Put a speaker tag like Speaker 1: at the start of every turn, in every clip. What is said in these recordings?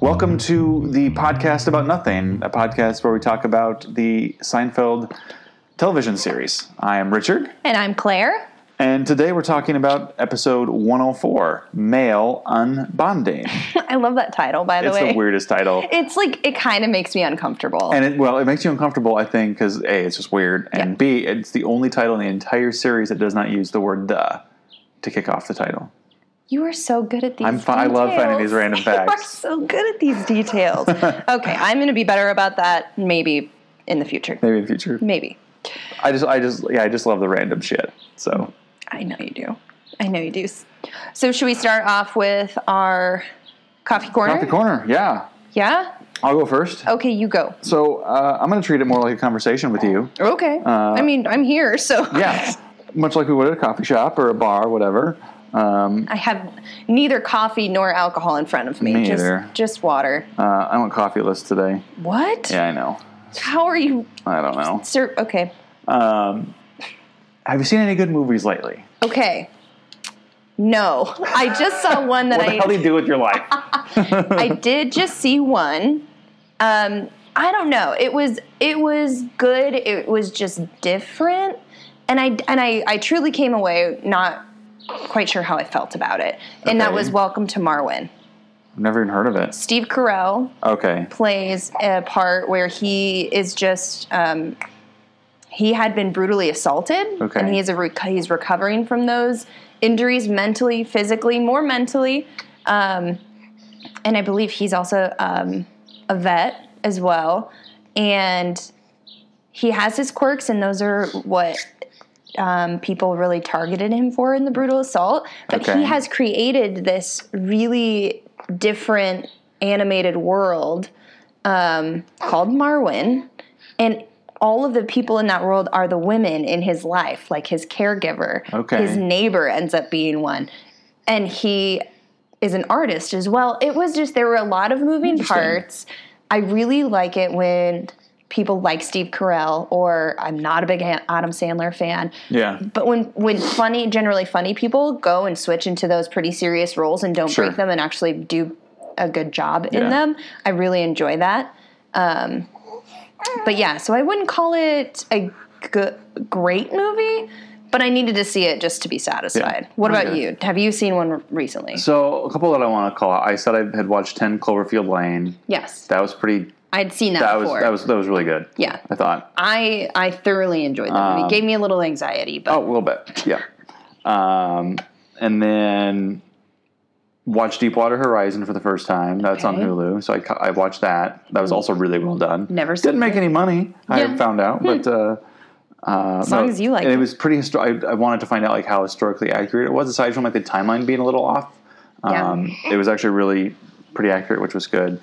Speaker 1: welcome to the podcast about nothing, a podcast where we talk about the Seinfeld television series. I am Richard,
Speaker 2: And I'm Claire.
Speaker 1: and today we're talking about episode 104 Male Unbonding.
Speaker 2: I love that title, by the
Speaker 1: It's
Speaker 2: way.
Speaker 1: the weirdest title.
Speaker 2: It's like it kind of makes me uncomfortable.
Speaker 1: And it, well, it makes you uncomfortable, I think, because A, it's just weird, and
Speaker 2: Yeah.
Speaker 1: B, it's the only title in the entire series that does not use the word the to kick off the title.
Speaker 2: you are so good at these.
Speaker 1: I'm fi- I love finding
Speaker 2: details.
Speaker 1: these random
Speaker 2: You are
Speaker 1: facts.
Speaker 2: so good at these details. okay, I'm going to be better about that maybe in the future.
Speaker 1: Maybe in the future.
Speaker 2: Maybe.
Speaker 1: I just, I just, yeah, I just love the random shit. So,
Speaker 2: I know you do. I know you do. So should we start off with our coffee corner?
Speaker 1: off the corner, yeah.
Speaker 2: Yeah.
Speaker 1: I'll go first.
Speaker 2: Okay, you go.
Speaker 1: So uh, I'm going to treat it more like a conversation with you.
Speaker 2: Okay. I mean, I'm here, so
Speaker 1: Uh, Yeah, much like we would at a coffee shop or a bar, whatever. Um,
Speaker 2: I have neither coffee nor alcohol in front of me.
Speaker 1: Me
Speaker 2: just
Speaker 1: either.
Speaker 2: just water.
Speaker 1: uh, I want coffeeless today.
Speaker 2: What?
Speaker 1: Yeah, I know.
Speaker 2: How are you
Speaker 1: I don't know.
Speaker 2: Sir, okay.
Speaker 1: Um, have you seen any good movies lately?
Speaker 2: Okay. No. I just saw one that
Speaker 1: What the hell do
Speaker 2: I
Speaker 1: you do with your life?
Speaker 2: I did just see one. Um I don't know. It was it was good. It was just different. And I and I I truly came away not quite sure how I felt about it. And that
Speaker 1: Okay.
Speaker 2: was Welcome to Marwin.
Speaker 1: I've never even heard of it.
Speaker 2: Steve Carell
Speaker 1: Okay.
Speaker 2: plays a part where he is just um, he had been brutally assaulted
Speaker 1: Okay.
Speaker 2: and he is a rec- he's recovering from those injuries mentally physically more mentally um, and i believe he's also um, a vet as well and he has his quirks and those are what um, people really targeted him for in the brutal assault but
Speaker 1: Okay.
Speaker 2: he has created this really different animated world um, called Marwin, and all of the people in that world are the women in his life, like his caregiver.
Speaker 1: Okay.
Speaker 2: His neighbor ends up being one, and he is an artist as well. It was just there were a lot of moving parts. I really like it when people like Steve Carell, or I'm not a big Adam Sandler fan,
Speaker 1: Yeah.
Speaker 2: but when when funny generally funny people go and switch into those pretty serious roles and don't
Speaker 1: Sure.
Speaker 2: break them and actually do a good job
Speaker 1: Yeah.
Speaker 2: in them i really enjoy that um, but yeah so i wouldn't call it a g- great movie but i needed to see it just to be satisfied
Speaker 1: Yeah.
Speaker 2: what about
Speaker 1: Okay.
Speaker 2: you have you seen one recently
Speaker 1: So a couple that I want to call out. I said I had watched Ten Cloverfield Lane.
Speaker 2: yes
Speaker 1: That was pretty.
Speaker 2: i'd seen that,
Speaker 1: That was
Speaker 2: before
Speaker 1: that was that was really good.
Speaker 2: yeah
Speaker 1: I thought.
Speaker 2: i i thoroughly enjoyed that movie
Speaker 1: Um,
Speaker 2: it gave me a little anxiety but
Speaker 1: Oh, a little bit. Yeah. Um, and then watched Deepwater Horizon for the first time. That's on
Speaker 2: Okay.
Speaker 1: Hulu. So I, ca- I watched that. That was also really well done.
Speaker 2: Never seen
Speaker 1: Didn't make
Speaker 2: it.
Speaker 1: any money, I
Speaker 2: Yeah.
Speaker 1: found out. But uh, uh, as
Speaker 2: long as you like
Speaker 1: and it.
Speaker 2: it.
Speaker 1: was pretty histor- I, I wanted to find out like how historically accurate it was, aside from like the timeline being a little off.
Speaker 2: Yeah.
Speaker 1: Um, It was actually really pretty accurate, which was good.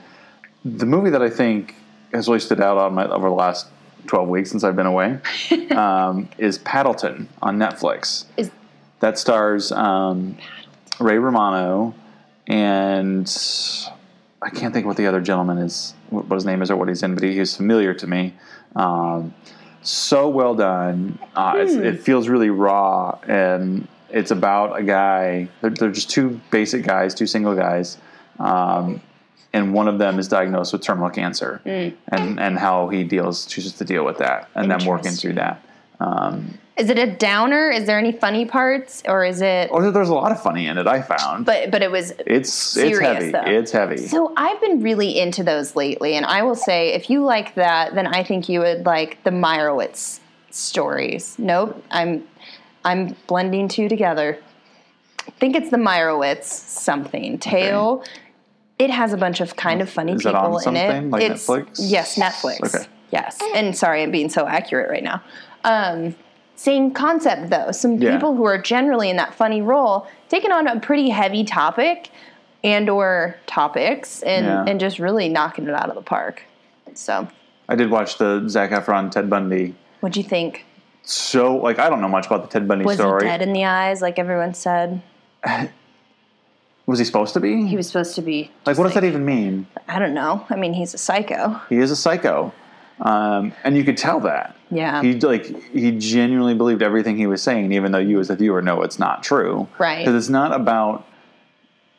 Speaker 1: The movie that I think has really stood out on my over the last 12 weeks since I've been away um, is Paddleton on Netflix.
Speaker 2: Is-
Speaker 1: that stars um, Ray Romano and I can't think what the other gentleman is, what his name is, or what he's in, but he, he's familiar to me. Um, so well done. Uh, it's,
Speaker 2: Hmm.
Speaker 1: it feels really raw, and it's about a guy. They're, they're just two basic guys, two single guys, um, and one of them is diagnosed with terminal cancer,
Speaker 2: Hmm.
Speaker 1: and and how he deals chooses to deal with that, and then working
Speaker 2: Interesting.
Speaker 1: through that. Um,
Speaker 2: is it a downer is there any funny parts or is it
Speaker 1: Oh, there's a lot of funny in it. I found,
Speaker 2: but but it was
Speaker 1: it's it's
Speaker 2: serious,
Speaker 1: heavy.
Speaker 2: though.
Speaker 1: It's heavy.
Speaker 2: So I've been really into those lately, and I will say, if you like that, then I think you would like the Meyerowitz stories. Nope, I'm I'm blending two together. I think it's the Meyerowitz something tale. It has a bunch of kind of funny
Speaker 1: Is it on
Speaker 2: people in
Speaker 1: something,
Speaker 2: it.
Speaker 1: like
Speaker 2: it's,
Speaker 1: Netflix?
Speaker 2: Yes, Netflix.
Speaker 1: Okay.
Speaker 2: Yes, and sorry, I'm being so accurate right now. Um, same concept though. Some
Speaker 1: Yeah.
Speaker 2: people who are generally in that funny role taking on a pretty heavy topic and or topics and
Speaker 1: Yeah.
Speaker 2: and just really knocking it out of the park. So,
Speaker 1: I did watch the Zach Efron Ted Bundy.
Speaker 2: what'd you think?
Speaker 1: So like I don't know much about the Ted Bundy
Speaker 2: Was
Speaker 1: story.
Speaker 2: he dead in the eyes, like everyone said?
Speaker 1: Was he supposed to be?
Speaker 2: He was supposed to be.
Speaker 1: like what does that even mean?
Speaker 2: I don't know. I mean, he's a psycho.
Speaker 1: He is a psycho, um, and you could tell that.
Speaker 2: Yeah.
Speaker 1: He like he genuinely believed everything he was saying, even though you as a viewer know it's not true.
Speaker 2: Right.
Speaker 1: Because it's not about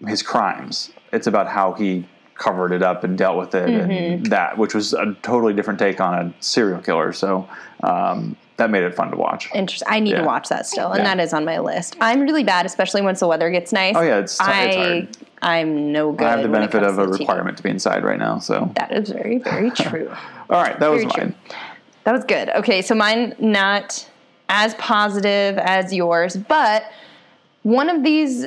Speaker 1: his crimes; it's about how he covered it up and dealt with it
Speaker 2: Mm-hmm.
Speaker 1: and that, which was a totally different take on a serial killer. So um, that made it fun to watch.
Speaker 2: Interesting. I need
Speaker 1: Yeah.
Speaker 2: to watch that still, and
Speaker 1: Yeah.
Speaker 2: that is on my list. I'm really bad, especially once the weather gets nice.
Speaker 1: Oh, yeah, it's t- it's
Speaker 2: I
Speaker 1: hard.
Speaker 2: I'm no good.
Speaker 1: I have the
Speaker 2: when it
Speaker 1: benefit of
Speaker 2: comes to
Speaker 1: a
Speaker 2: the TV.
Speaker 1: requirement to be inside right now. So
Speaker 2: That is very very true.
Speaker 1: all right, that was
Speaker 2: Very true.
Speaker 1: mine.
Speaker 2: That was good. Okay, so mine not as positive as yours, but one of these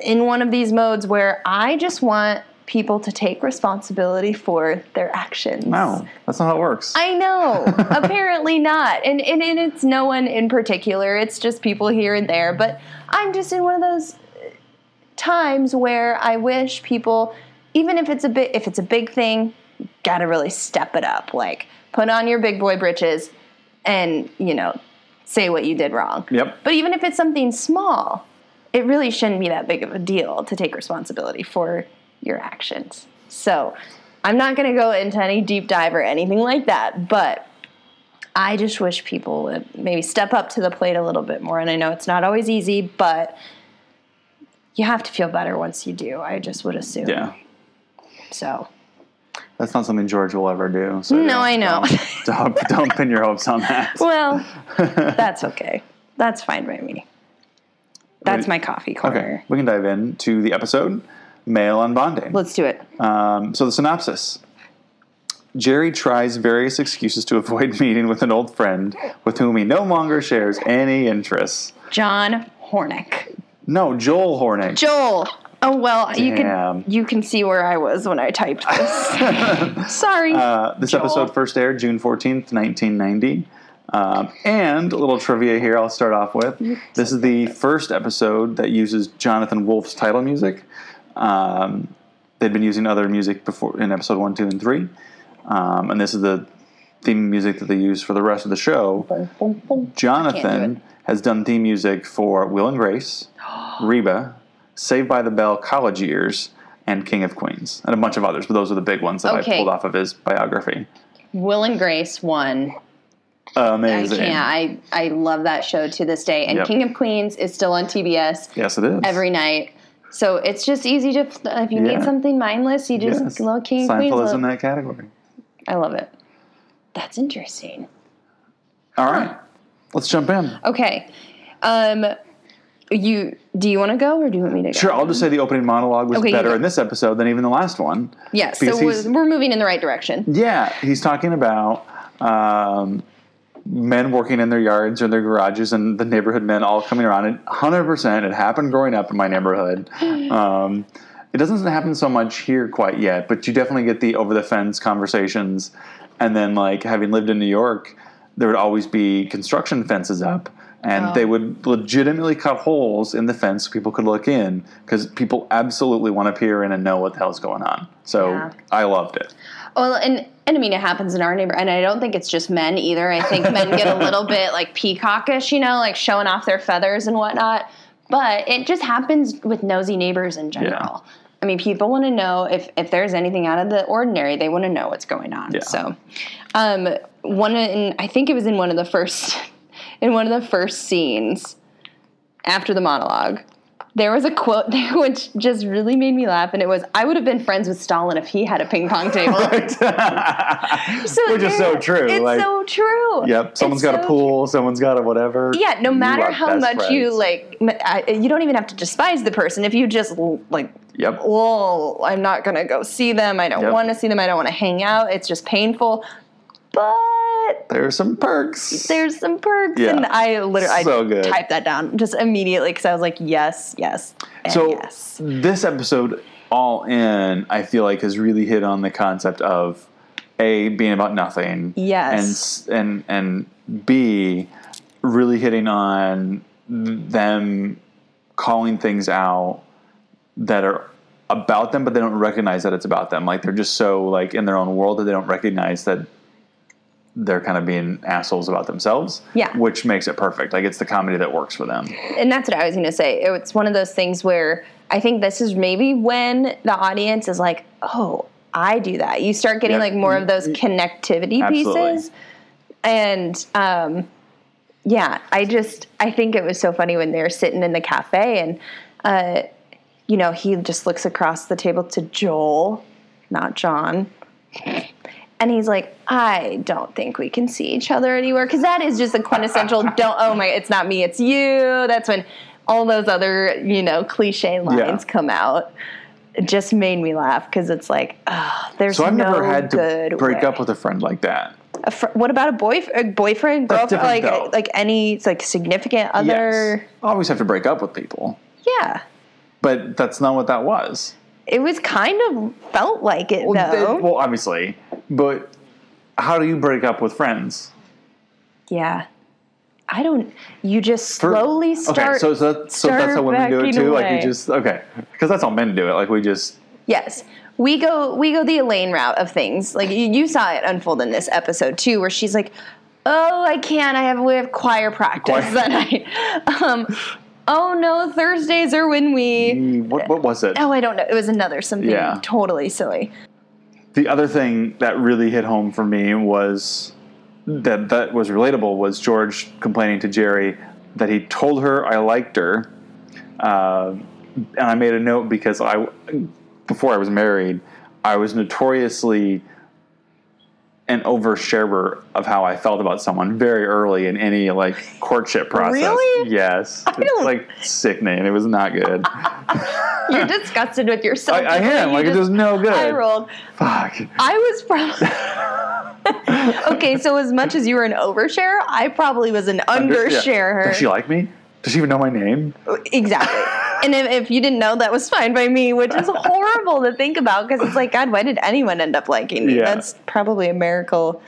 Speaker 2: in one of these modes where I just want people to take responsibility for their actions.
Speaker 1: No, that's not how it works.
Speaker 2: I know. Apparently not. And, and and it's no one in particular. It's just people here and there. But I'm just in one of those uh, times where I wish people, even if it's a bit, if it's a big thing, gotta really step it up. Like put on your big boy britches, and you know, say what you did wrong.
Speaker 1: Yep.
Speaker 2: But even if it's something small, it really shouldn't be that big of a deal to take responsibility for your actions. So I'm not going to go into any deep dive or anything like that, but I just wish people would maybe step up to the plate a little bit more. And I know it's not always easy, but you have to feel better once you do. I just would assume.
Speaker 1: yeah.
Speaker 2: So
Speaker 1: That's not something George will ever do. So
Speaker 2: No,
Speaker 1: don't-
Speaker 2: I know.
Speaker 1: Don't, don't, don't pin your hopes on that.
Speaker 2: well, that's okay. That's fine by me. That's my coffee corner.
Speaker 1: Okay, we can dive in to the episode Mail on Bonding.
Speaker 2: Let's do it.
Speaker 1: Um, so the synopsis. Jerry tries various excuses to avoid meeting with an old friend with whom he no longer shares any interests.
Speaker 2: John Hornick.
Speaker 1: No, Joel Hornick.
Speaker 2: Joel. Oh well, you
Speaker 1: Damn.
Speaker 2: can you can see where I was when I typed this. Sorry.
Speaker 1: Uh, this
Speaker 2: Joel.
Speaker 1: episode first aired June 14th, 1990. Um, and a little trivia here I'll start off with. This is the first episode that uses Jonathan Wolf's title music. Um, they'd been using other music before in episode one, two, and three. Um, and this is the theme music that they use for the rest of the show. Jonathan has done theme music for Will and Grace, Reba, Saved by the Bell, College Years, and King of Queens, and a bunch of others. But those are the big ones that I
Speaker 2: Okay.
Speaker 1: pulled off of his biography.
Speaker 2: Will and Grace won. I
Speaker 1: Amazing.
Speaker 2: can't. I I love that show to this day. And
Speaker 1: Yep.
Speaker 2: King of Queens is still on TBS
Speaker 1: Yes, it is.
Speaker 2: every night. So it's just easy to if you
Speaker 1: Yeah.
Speaker 2: need something mindless, you just
Speaker 1: yes.
Speaker 2: look King of
Speaker 1: Seinfeld
Speaker 2: Queens.
Speaker 1: is
Speaker 2: look-
Speaker 1: in that category.
Speaker 2: I love it. That's interesting.
Speaker 1: All right, let's jump in.
Speaker 2: Okay. Um you do you want to go or do you want me to go?
Speaker 1: Sure, I'll just say the opening monologue was
Speaker 2: Okay, you
Speaker 1: better
Speaker 2: go.
Speaker 1: in this episode than even the last one.
Speaker 2: Yes.
Speaker 1: because
Speaker 2: so
Speaker 1: he's-
Speaker 2: we're, we're moving in the right direction.
Speaker 1: Yeah, he's talking about um, men working in their yards or their garages and the neighborhood men all coming around. And 100%, it happened growing up in my neighborhood. Um, it doesn't happen so much here quite yet, but you definitely get the over the fence conversations. And then, like, having lived in New York, there would always be construction fences up. And they would legitimately cut holes in the fence so people could look in because people absolutely want to peer in and know what the hell's going on. So
Speaker 2: Yeah.
Speaker 1: I loved it.
Speaker 2: Well, and and I mean it happens in our neighbor, and I don't think it's just men either. I think men get a little bit like peacockish, you know, like showing off their feathers and whatnot. But it just happens with nosy neighbors in general. I mean, people want to know if if there's anything out of the ordinary. They want to know what's going on.
Speaker 1: Yeah.
Speaker 2: So, um, one in I think it was in one of the first in one of the first scenes after the monologue. There was a quote there which just really made me laugh, and it was, "I would have been friends with Stalin if he had a ping pong table." So
Speaker 1: Which is so
Speaker 2: there-
Speaker 1: true,
Speaker 2: It's
Speaker 1: like-
Speaker 2: so true.
Speaker 1: Yep. Someone's
Speaker 2: Someone's
Speaker 1: got a pool. Someone's got a whatever.
Speaker 2: Yeah, no
Speaker 1: You
Speaker 2: matter
Speaker 1: are
Speaker 2: how
Speaker 1: best
Speaker 2: much you
Speaker 1: friends.
Speaker 2: like, m- I- you don't even have to despise the person. If you just l- like,
Speaker 1: Yep.
Speaker 2: oh, I'm not gonna go see them. I don't
Speaker 1: Yep.
Speaker 2: want to see them. I don't want to hang out. It's just painful. But
Speaker 1: There's some perks.
Speaker 2: there's some perks,
Speaker 1: Yeah.
Speaker 2: and I literally
Speaker 1: So
Speaker 2: I
Speaker 1: good.
Speaker 2: typed that down just immediately because I was like, yes, yes, and
Speaker 1: so
Speaker 2: yes.
Speaker 1: this episode, all in, I feel like has really hit on the concept of a being about nothing.
Speaker 2: Yes.
Speaker 1: And s- and and b really hitting on them calling things out that are about them, but they don't recognize that it's about them. Like they're just so like in their own world that they don't recognize that they're kind of being assholes about themselves.
Speaker 2: Yeah.
Speaker 1: Which makes it perfect. Like it's the comedy that works for them.
Speaker 2: and that's what I was going to say. It's one of those things where I think this is maybe when the audience is like, oh, I do that. You start getting
Speaker 1: Yep.
Speaker 2: like more of those connectivity
Speaker 1: Absolutely.
Speaker 2: pieces. And um, yeah, I just, I think it was so funny when they were sitting in the cafe and, uh, you know, he just looks across the table to Joel not John. And he's like, I don't think we can see each other anywhere because that is just the quintessential. don't oh my, it's not me, it's you. That's when all those other you know cliche lines come out. It just made me laugh because it's like, oh, there's
Speaker 1: So I've
Speaker 2: no
Speaker 1: never had to
Speaker 2: good
Speaker 1: break
Speaker 2: way.
Speaker 1: up with a friend like that.
Speaker 2: A fr- what about a boyf- a boyfriend,
Speaker 1: That's
Speaker 2: girlfriend, like
Speaker 1: different, though.
Speaker 2: like any like significant
Speaker 1: Yes.
Speaker 2: other?
Speaker 1: I always have to break up with people,
Speaker 2: Yeah,
Speaker 1: but that's not what that was.
Speaker 2: it was kind of felt like it
Speaker 1: Well,
Speaker 2: though.
Speaker 1: th- well, obviously, but how do you break up with friends?
Speaker 2: yeah, I don't. You just
Speaker 1: For-
Speaker 2: slowly start.
Speaker 1: Okay, so, so, that, so that's how
Speaker 2: start
Speaker 1: women do it
Speaker 2: backing
Speaker 1: too. Like
Speaker 2: away.
Speaker 1: we just okay, because that's how men do it. Like we just
Speaker 2: Yes. We go we go the Elaine route of things. Like you, you saw it unfold in this episode too, where she's like, "Oh, I can't. I have we have choir practice
Speaker 1: Choir.
Speaker 2: that night." Um, oh no, Thursdays are when we.
Speaker 1: what, what was it?
Speaker 2: Oh, I don't know. It was another something
Speaker 1: Mm. Yeah.
Speaker 2: totally silly.
Speaker 1: The other thing that really hit home for me was that that was relatable was George complaining to Jerry that he told her I liked her, uh, and I made a note because I before I was married I was notoriously an oversharer of how I felt about someone very early in any like courtship process.
Speaker 2: Really?
Speaker 1: Yes, it's
Speaker 2: don't-
Speaker 1: like sickening. It was not good.
Speaker 2: You're disgusted with yourself.
Speaker 1: I, I am
Speaker 2: You
Speaker 1: like it
Speaker 2: just-
Speaker 1: was no good.
Speaker 2: I rolled.
Speaker 1: Fuck.
Speaker 2: I was probably okay. So as much as you were an overshare, I probably was an
Speaker 1: Under- yeah.
Speaker 2: undershare.
Speaker 1: Does she like me? Does she even know my name?
Speaker 2: Exactly. and if, if you didn't know, that was fine by me, which is horrible to think about because it's like, God, why did anyone end up liking me?
Speaker 1: Yeah.
Speaker 2: That's probably a miracle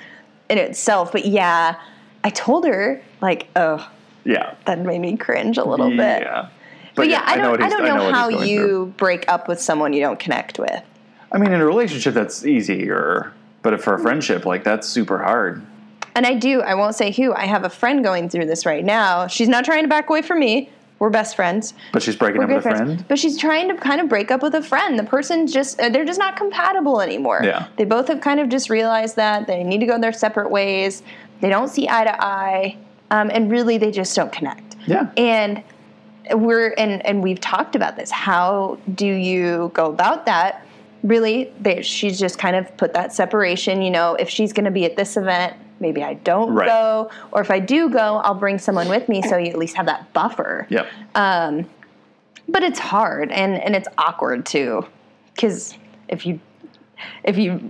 Speaker 2: in itself. But yeah, I told her, like, oh,
Speaker 1: Yeah.
Speaker 2: that made me cringe a little bit.
Speaker 1: Yeah.
Speaker 2: But, yeah, I don't, I,
Speaker 1: he's-
Speaker 2: don't know,
Speaker 1: what he's
Speaker 2: how
Speaker 1: going
Speaker 2: you
Speaker 1: through.
Speaker 2: break up with someone you don't connect with.
Speaker 1: I mean, in a relationship, that's easier, but for a friendship, like that's super hard.
Speaker 2: And I do, I won't say who. I have a friend going through this right now. She's not trying to back away from me. We're best friends.
Speaker 1: But she's breaking up
Speaker 2: We're
Speaker 1: with a
Speaker 2: good friends.
Speaker 1: friend.
Speaker 2: But she's trying to kind of break up with a friend. The person's just, uh, they're just not compatible anymore.
Speaker 1: Yeah.
Speaker 2: They both have kind of just realized that they need to go their separate ways. They don't see eye to eye. Um, and really, they just don't connect.
Speaker 1: Yeah.
Speaker 2: And we're, and, and we've talked about this. How do you go about that? Really, they, she's just kind of put that separation, you know, if she's going to be at this event, maybe I don't
Speaker 1: Right.
Speaker 2: go. Or if I do go, I'll bring someone with me so you at least have that buffer
Speaker 1: Yep.
Speaker 2: but it's hard and and it's awkward too because if you if you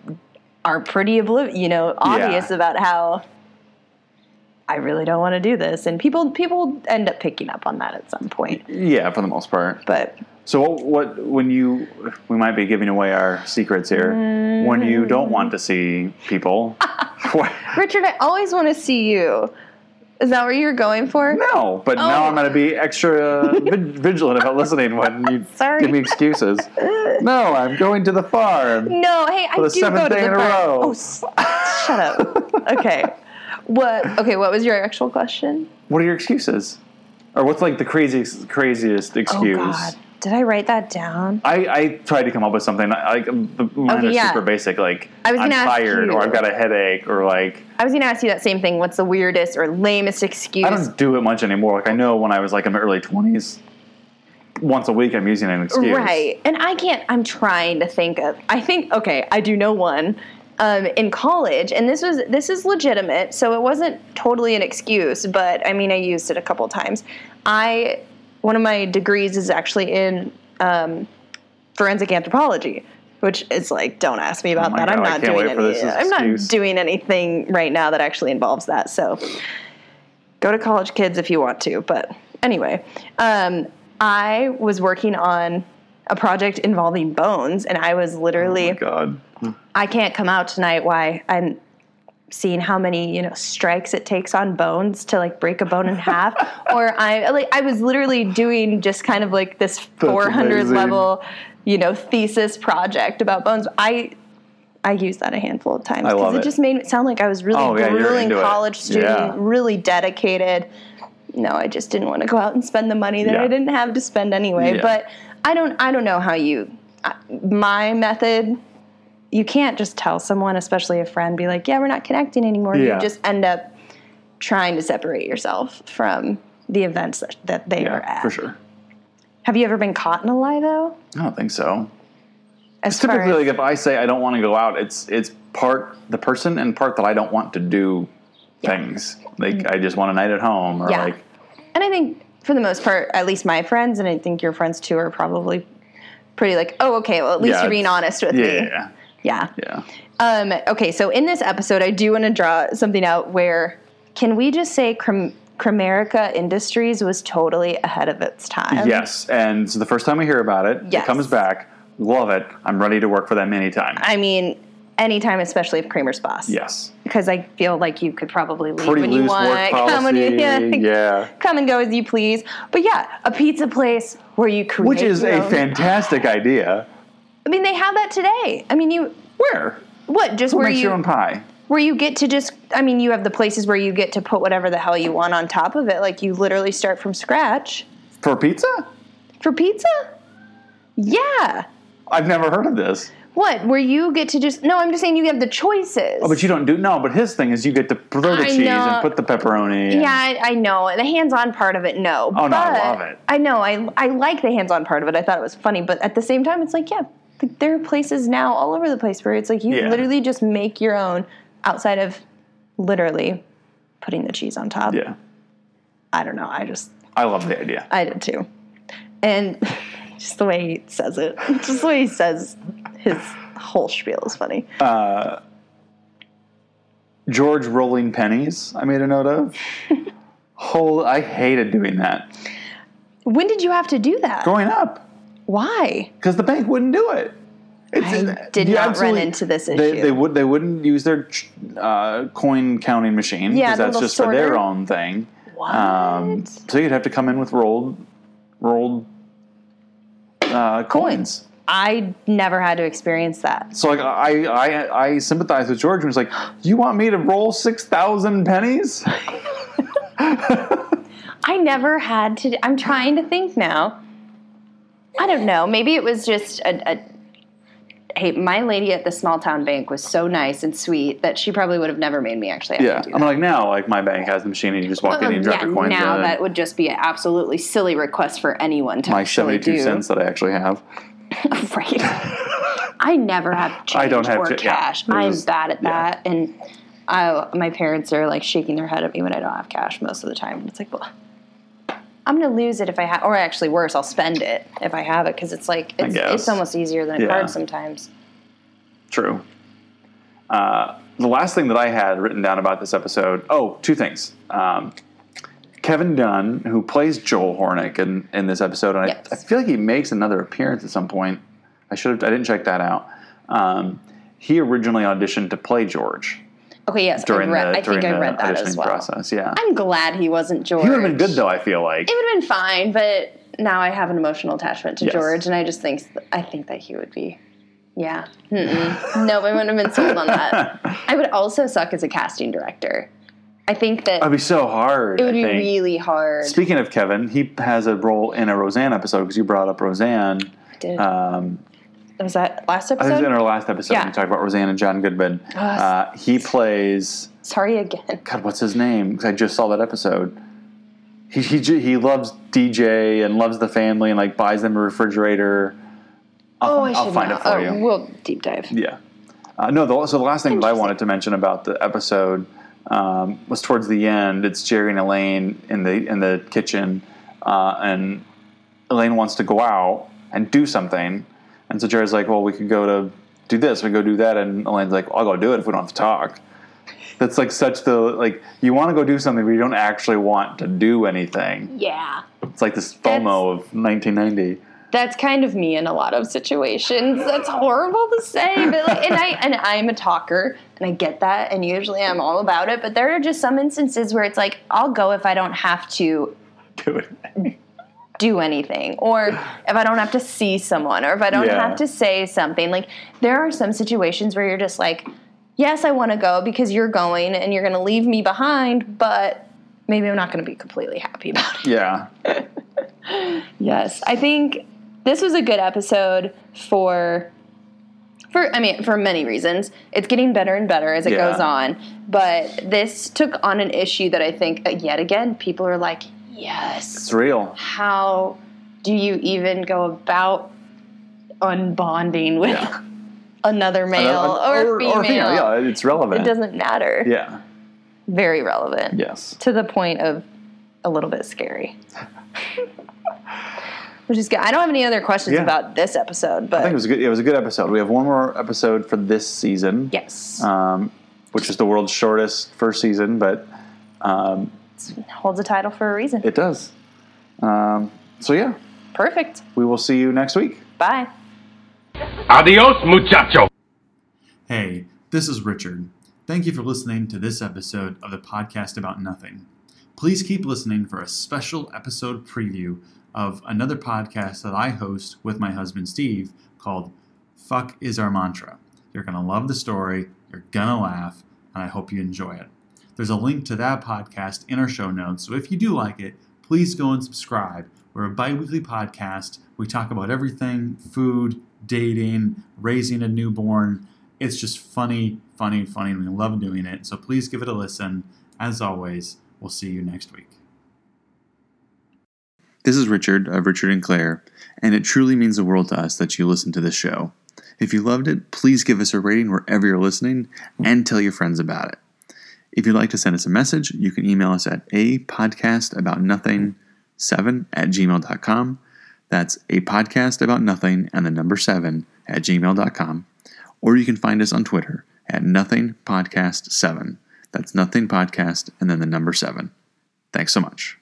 Speaker 2: are pretty obli- you know obvious about how i really don't want to do this and people people end up picking up on that at some point
Speaker 1: yeah, for the most part.
Speaker 2: but
Speaker 1: So what, what when you we might be giving away our secrets here. When you don't want to see people. what-
Speaker 2: richard i always want to see you is that where you're going for
Speaker 1: No, but now
Speaker 2: Oh.
Speaker 1: I'm going to be extra vig- vigilant about listening when you
Speaker 2: Sorry.
Speaker 1: give me excuses. No, I'm going to the farm.
Speaker 2: No, hey, I
Speaker 1: the
Speaker 2: do
Speaker 1: seventh
Speaker 2: go to
Speaker 1: day
Speaker 2: the
Speaker 1: in a
Speaker 2: bar.
Speaker 1: row.
Speaker 2: Oh, s- shut up. Okay. What okay, what was your actual question?
Speaker 1: What are your excuses? Or what's like the craziest craziest excuse?
Speaker 2: Oh god. Did I write that down?
Speaker 1: I, I tried to come up with something like the mine
Speaker 2: Okay,
Speaker 1: are
Speaker 2: Oh, yeah.
Speaker 1: super basic. Like
Speaker 2: I was
Speaker 1: am
Speaker 2: gonna ask
Speaker 1: tired,
Speaker 2: you.
Speaker 1: or I've got a headache, or like
Speaker 2: I was gonna ask you that same thing. What's the weirdest or lamest excuse?
Speaker 1: I don't do it much anymore. Like I know when I was like in my early twenties, once a week I'm using an excuse.
Speaker 2: right. And I can't I'm trying to think of I think okay, I do know one. Um, in college, and this was this is legitimate, so it wasn't totally an excuse, but I mean I used it a couple times. I one of my degrees is actually in um, forensic anthropology, which is like don't ask me about
Speaker 1: Oh my
Speaker 2: that. I'm
Speaker 1: God, I
Speaker 2: not
Speaker 1: can't
Speaker 2: doing
Speaker 1: wait for this
Speaker 2: any,
Speaker 1: as an
Speaker 2: I'm
Speaker 1: excuse.
Speaker 2: not doing anything right now that actually involves that. So go to college kids if you want to but anyway um, i was working on a project involving bones and i was
Speaker 1: Oh
Speaker 2: literally
Speaker 1: my God.
Speaker 2: i can't come out tonight why i'm seeing how many you know strikes it takes on bones to like break a bone in half or i like i was literally doing just kind of like this
Speaker 1: That's
Speaker 2: 400
Speaker 1: amazing.
Speaker 2: level you know thesis project about bones i I used that a handful of times
Speaker 1: I love
Speaker 2: it,
Speaker 1: it.
Speaker 2: just made it sound like I was really
Speaker 1: Oh, yeah, you're
Speaker 2: grueling
Speaker 1: into it.
Speaker 2: college student,
Speaker 1: Yeah.
Speaker 2: really dedicated. No, I just didn't want to go out and spend the money that
Speaker 1: Yeah.
Speaker 2: I didn't have to spend anyway.
Speaker 1: Yeah.
Speaker 2: But I don't, I don't know how you. I- My method, you can't just tell someone, especially a friend, be like, "Yeah, we're not connecting anymore."
Speaker 1: Yeah.
Speaker 2: You just end up trying to separate yourself from the events that, that they are
Speaker 1: Yeah,
Speaker 2: at.
Speaker 1: for sure.
Speaker 2: Have you ever been caught in a lie though?
Speaker 1: I don't think so.
Speaker 2: As far
Speaker 1: typically
Speaker 2: as,
Speaker 1: like if I say I don't want to go out, it's it's part the person and part that I don't want to do things. Like I just want a night at home or
Speaker 2: Mm. Yeah.
Speaker 1: like
Speaker 2: and I think for the most part, at least my friends, and I think your friends too, are probably pretty like, oh, okay, well, at least
Speaker 1: Yeah,
Speaker 2: you're being
Speaker 1: it's-
Speaker 2: honest with me.
Speaker 1: yeah,
Speaker 2: Yeah.
Speaker 1: yeah.
Speaker 2: Um, okay, so in this episode, I do want to draw something out where can we just say Crim- Crimerica Industries was totally ahead of its time?
Speaker 1: yes, and so the first time we hear about it,
Speaker 2: Yes.
Speaker 1: it comes back. Love it. I'm ready to work for them anytime.
Speaker 2: I mean, anytime, especially if Kramer's boss.
Speaker 1: yes.
Speaker 2: Because I feel like you could probably leave
Speaker 1: Pretty
Speaker 2: when you
Speaker 1: loose
Speaker 2: want,
Speaker 1: work policy.
Speaker 2: come when you
Speaker 1: yeah.
Speaker 2: come and go as you please. But yeah, a pizza place where you create.
Speaker 1: Which is
Speaker 2: your
Speaker 1: a
Speaker 2: own-
Speaker 1: fantastic idea.
Speaker 2: I mean, they have that today. I mean, you
Speaker 1: Where?
Speaker 2: what? Just
Speaker 1: Who
Speaker 2: where
Speaker 1: makes
Speaker 2: you
Speaker 1: your own pie?
Speaker 2: where you get to just i mean you have the places where you get to put whatever the hell you want on top of it like you literally start from scratch
Speaker 1: For pizza?
Speaker 2: for pizza yeah
Speaker 1: I've never heard of this.
Speaker 2: what where you get to just no i'm just saying you have the choices
Speaker 1: Oh, but you don't do no. But his thing is you get to throw the
Speaker 2: I
Speaker 1: cheese
Speaker 2: know.
Speaker 1: and put the pepperoni. and-
Speaker 2: yeah, I, I know. The hands-on part of it, no.
Speaker 1: Oh, no, I
Speaker 2: But-
Speaker 1: love it.
Speaker 2: I know. I I like the hands-on part of it. I thought it was funny, but at the same time, it's like, yeah, th- there are places now all over the place where it's like you
Speaker 1: Yeah.
Speaker 2: literally just make your own outside of literally putting the cheese on top.
Speaker 1: yeah.
Speaker 2: I don't know. I just
Speaker 1: I love the idea.
Speaker 2: I did too. And just the way he says it, just the way he says his whole spiel is funny.
Speaker 1: George rolling pennies. I made a note of. Whole. I hated doing that
Speaker 2: when did you have to do that?
Speaker 1: growing up
Speaker 2: Why?
Speaker 1: because the bank wouldn't do it. It's,
Speaker 2: I did
Speaker 1: you
Speaker 2: not run
Speaker 1: absolutely-
Speaker 2: into this
Speaker 1: They,
Speaker 2: issue.
Speaker 1: they would. They wouldn't use their uh, coin counting machine.
Speaker 2: Yeah,
Speaker 1: 'cause
Speaker 2: the
Speaker 1: that's
Speaker 2: little
Speaker 1: just for their
Speaker 2: sorter.
Speaker 1: own thing.
Speaker 2: What?
Speaker 1: Um, so you'd have to come in with rolled, rolled uh, coins.
Speaker 2: I never had to experience that.
Speaker 1: So like I I I sympathize with George when he's like, "You want me to roll six thousand pennies?"
Speaker 2: I never had to. I'm trying to think now. I don't know. Maybe it was just a. a Hey, my lady at the small town bank was so nice and sweet that she probably would have never made me actually have
Speaker 1: Yeah,
Speaker 2: to do
Speaker 1: I'm like now like my bank has the machine and you just walk in and you
Speaker 2: Um,
Speaker 1: drop
Speaker 2: yeah,
Speaker 1: your coins in.
Speaker 2: now
Speaker 1: and
Speaker 2: that would just be an absolutely silly request for anyone to
Speaker 1: my
Speaker 2: actually
Speaker 1: seventy-two
Speaker 2: do.
Speaker 1: cents that I actually have.
Speaker 2: Right. I never have change
Speaker 1: I don't have
Speaker 2: or
Speaker 1: cha- yeah.
Speaker 2: cash.
Speaker 1: There's
Speaker 2: I'm
Speaker 1: just-
Speaker 2: bad at
Speaker 1: yeah.
Speaker 2: that, and I, my parents are like shaking their head at me when I don't have cash most of the time. It's like, well, I'm gonna lose it if I have, or actually worse, I'll spend it if I have it because it's like it's,
Speaker 1: guess.
Speaker 2: it's almost easier than a
Speaker 1: Yeah.
Speaker 2: card sometimes.
Speaker 1: True. Uh, the last thing that I had written down about this episode. Oh, two things. Um, Kevin Dunn, who plays Joel Hornick in, in this episode, and
Speaker 2: Yes.
Speaker 1: I, I feel like he makes another appearance at some point. I should have. I didn't check that out. Um, he originally auditioned to play George
Speaker 2: Okay, yes,
Speaker 1: during
Speaker 2: I, read,
Speaker 1: the
Speaker 2: I
Speaker 1: during
Speaker 2: think I
Speaker 1: the
Speaker 2: read that
Speaker 1: auditioning
Speaker 2: as well.
Speaker 1: process. Yeah,
Speaker 2: I'm glad he wasn't George.
Speaker 1: he would have been good though. I feel like
Speaker 2: It would have been fine, but now I have an emotional attachment to
Speaker 1: Yes.
Speaker 2: George, and I just think I think that he would be. Yeah. Mm-mm. no, I wouldn't have been sold on that. I would also suck as a casting director. I think that
Speaker 1: that'd be so hard.
Speaker 2: it would
Speaker 1: I
Speaker 2: be
Speaker 1: think.
Speaker 2: really hard.
Speaker 1: Speaking of Kevin, he has a role in a Roseanne episode because you brought up Roseanne.
Speaker 2: Did-
Speaker 1: Um,
Speaker 2: was that last
Speaker 1: I think it was in
Speaker 2: episode?
Speaker 1: our last episode
Speaker 2: Yeah.
Speaker 1: we talked about Roseanne and John Goodman. Uh, he plays
Speaker 2: Sorry again.
Speaker 1: God. What's his name? 'Cause I just saw that episode. He, he j- he loves DJ and loves the family and like buys them a refrigerator. I'll,
Speaker 2: Oh, I
Speaker 1: fi-
Speaker 2: should
Speaker 1: I'll find
Speaker 2: know.
Speaker 1: it for
Speaker 2: oh,
Speaker 1: you.
Speaker 2: We'll deep dive.
Speaker 1: Yeah. Uh, no, the, so the last thing that I wanted to mention about the episode um, was towards the end. It's Jerry and Elaine in the in the kitchen, uh, and Elaine wants to go out and do something, and so Jerry's like, "Well, we could go to do this, we could go do that," and Elaine's like, "I'll go do it if we don't have to talk." That's like such the like you want to go do something, but you don't actually want to do anything.
Speaker 2: Yeah.
Speaker 1: It's like this FOMO of 1990.
Speaker 2: that's kind of me in a lot of situations. That's horrible to say, but like, and I and I'm a talker, and I get that, and usually I'm all about it. But there are just some instances where it's like I'll go if I don't have to
Speaker 1: Do it.
Speaker 2: do anything, or if I don't have to see someone, or if I don't
Speaker 1: Yeah.
Speaker 2: have to say something. Like there are some situations where you're just like, yes, I want to go because you're going, and you're going to leave me behind, but. Maybe I'm not going to be completely happy about it.
Speaker 1: Yeah.
Speaker 2: Yes, I think this was a good episode for for I mean for many reasons. It's getting better and better as it
Speaker 1: Yeah.
Speaker 2: goes on, but this took on an issue that I think uh, yet again people are like, "Yes.
Speaker 1: It's real.
Speaker 2: How do you even go about unbonding with
Speaker 3: Yeah.
Speaker 2: another male
Speaker 3: Another-
Speaker 2: or, female.
Speaker 3: Yeah, it's relevant.
Speaker 2: It doesn't matter.
Speaker 3: Yeah.
Speaker 2: Very relevant.
Speaker 3: Yes.
Speaker 2: To the point of a little bit scary. Which is good. I don't have any other questions
Speaker 3: Yeah.
Speaker 2: about this episode,
Speaker 3: I
Speaker 2: but
Speaker 3: think it was a good. It was a good episode. We have one more episode for this season.
Speaker 2: yes,
Speaker 3: Um, which is the world's shortest first season, but um,
Speaker 2: holds a title for a reason.
Speaker 3: it does. Um, so yeah,
Speaker 2: Perfect.
Speaker 3: we will see you next week.
Speaker 2: Bye.
Speaker 4: Adios, muchacho.
Speaker 1: Hey, this is Richard. Thank you for listening to this episode of the podcast about nothing. Please keep listening for a special episode preview of another podcast that I host with my husband Steve called Fuck is Our Mantra. You're going to love the story, you're going to laugh, and I hope you enjoy it. There's a link to that podcast in our show notes, so if you do like it, please go and subscribe. We're a bi weekly podcast. We talk about everything food, dating, raising a newborn it's just funny, funny, funny, and we love doing it. So please give it a listen. As always, we'll see you next week. This is Richard of Richard and Claire, and it truly means the world to us that you listen to this show. If you loved it, please give us a rating wherever you're listening and tell your friends about it. If you'd like to send us a message, you can email us at a podcast about nothing seven at gmail.com. That's a podcast about nothing and the number seven at gmail.com or you can find us on Twitter at Nothing Podcast 7. That's Nothing Podcast and then the number 7. Thanks so much.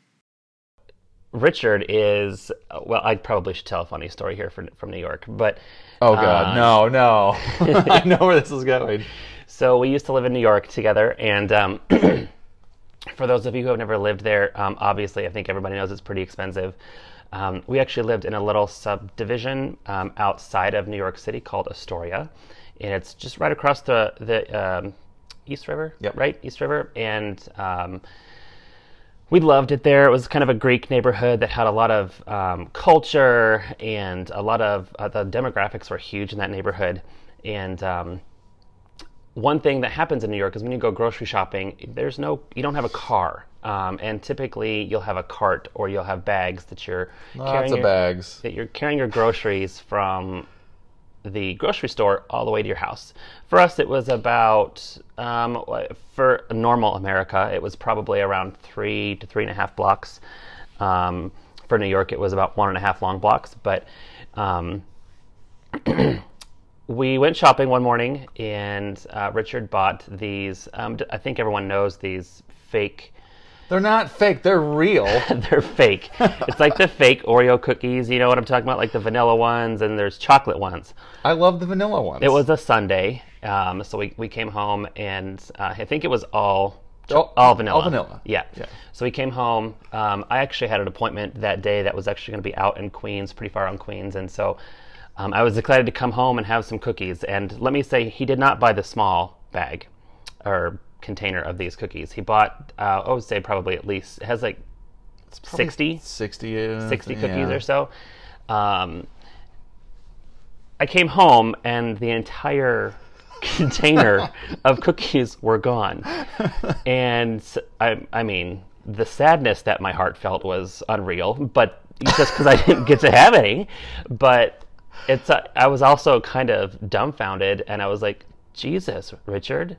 Speaker 5: Richard is well. I probably should tell a funny story here from from New York, but
Speaker 6: Oh god,
Speaker 5: Uh,
Speaker 6: no, no. I know where this is going.
Speaker 5: so we used to live in New York together, and um, for those of you who have never lived there, um, obviously I think everybody knows it's pretty expensive. Um, we actually lived in a little subdivision um, outside of New York City called Astoria, and it's just right across the the um, East River,
Speaker 6: Yep.
Speaker 5: right? East River, and um, we loved it there. It was kind of a Greek neighborhood that had a lot of um, culture and a lot of uh, the demographics were huge in that neighborhood. And um, one thing that happens in New York is when you go grocery shopping, there's no, you don't have a car, um, and typically you'll have a cart or you'll have bags that you're carrying
Speaker 6: Lots
Speaker 5: your-
Speaker 6: of bags.
Speaker 5: that you're carrying your groceries from the grocery store all the way to your house. For us, it was about um, for normal America, it was probably around three to three and a half blocks. Um, for New York, it was about one and a half long blocks, but. Um, we went shopping one morning and uh, Richard bought these. Um, d- I think everyone knows these fake
Speaker 6: They're not fake, they're real.
Speaker 5: they're fake. It's like the fake Oreo cookies. You know what I'm talking about? Like the vanilla ones, and there's chocolate ones.
Speaker 6: I love the vanilla ones.
Speaker 5: It was a Sunday, um, so we, we came home, and uh, I think it was all cho-
Speaker 6: All-
Speaker 5: all vanilla.
Speaker 6: Oh, all vanilla.
Speaker 5: Yeah.
Speaker 6: Yeah.
Speaker 5: So we came home. Um, I actually had an appointment that day that was actually going to be out in Queens, pretty far on Queens, and so um, I was excited to come home and have some cookies. And let me say, he did not buy the small bag or container of these cookies. He bought, uh, I would say, probably at least it has like sixty
Speaker 6: 60 uh,
Speaker 5: 60 cookies
Speaker 6: yeah.
Speaker 5: or so. Um, I came home and the entire container of cookies were gone. And I, I mean, the sadness that my heart felt was unreal, but just because I didn't get to have any. But it's uh, I was also kind of dumbfounded and I was like, Jesus, Richard,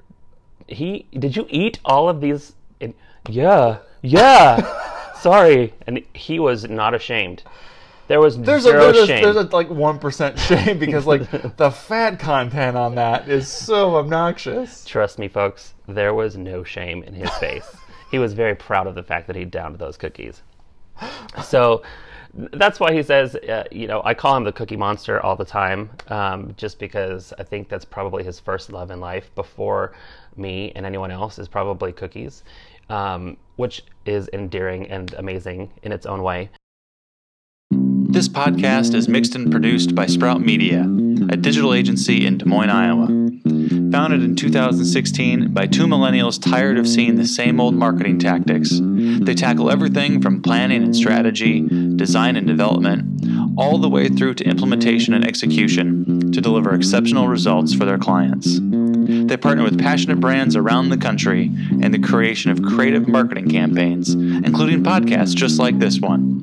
Speaker 5: he did you eat all of these and, yeah yeah sorry and he was not ashamed there was
Speaker 6: There's a,
Speaker 5: zero
Speaker 6: there's,
Speaker 5: shame
Speaker 6: there's a like 1% shame because like the fat content on that is so obnoxious.
Speaker 5: trust me folks there was no shame in his face he was very proud of the fact that he downed those cookies so that's why he says uh, you know i call him the cookie monster all the time um, just because i think that's probably his first love in life before me and anyone else is probably cookies um, which is endearing and amazing in its own way
Speaker 1: This podcast is mixed and produced by Sprout Media, a digital agency in Des Moines, Iowa. Founded in 2016 by two millennials tired of seeing the same old marketing tactics, they tackle everything from planning and strategy, design and development, all the way through to implementation and execution to deliver exceptional results for their clients. They partner with passionate brands around the country in the creation of creative marketing campaigns, including podcasts just like this one.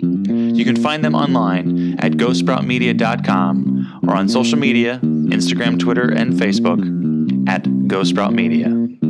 Speaker 1: You can find them online at ghostsproutmedia.com or on social media Instagram, Twitter, and Facebook at Go Sprout Media.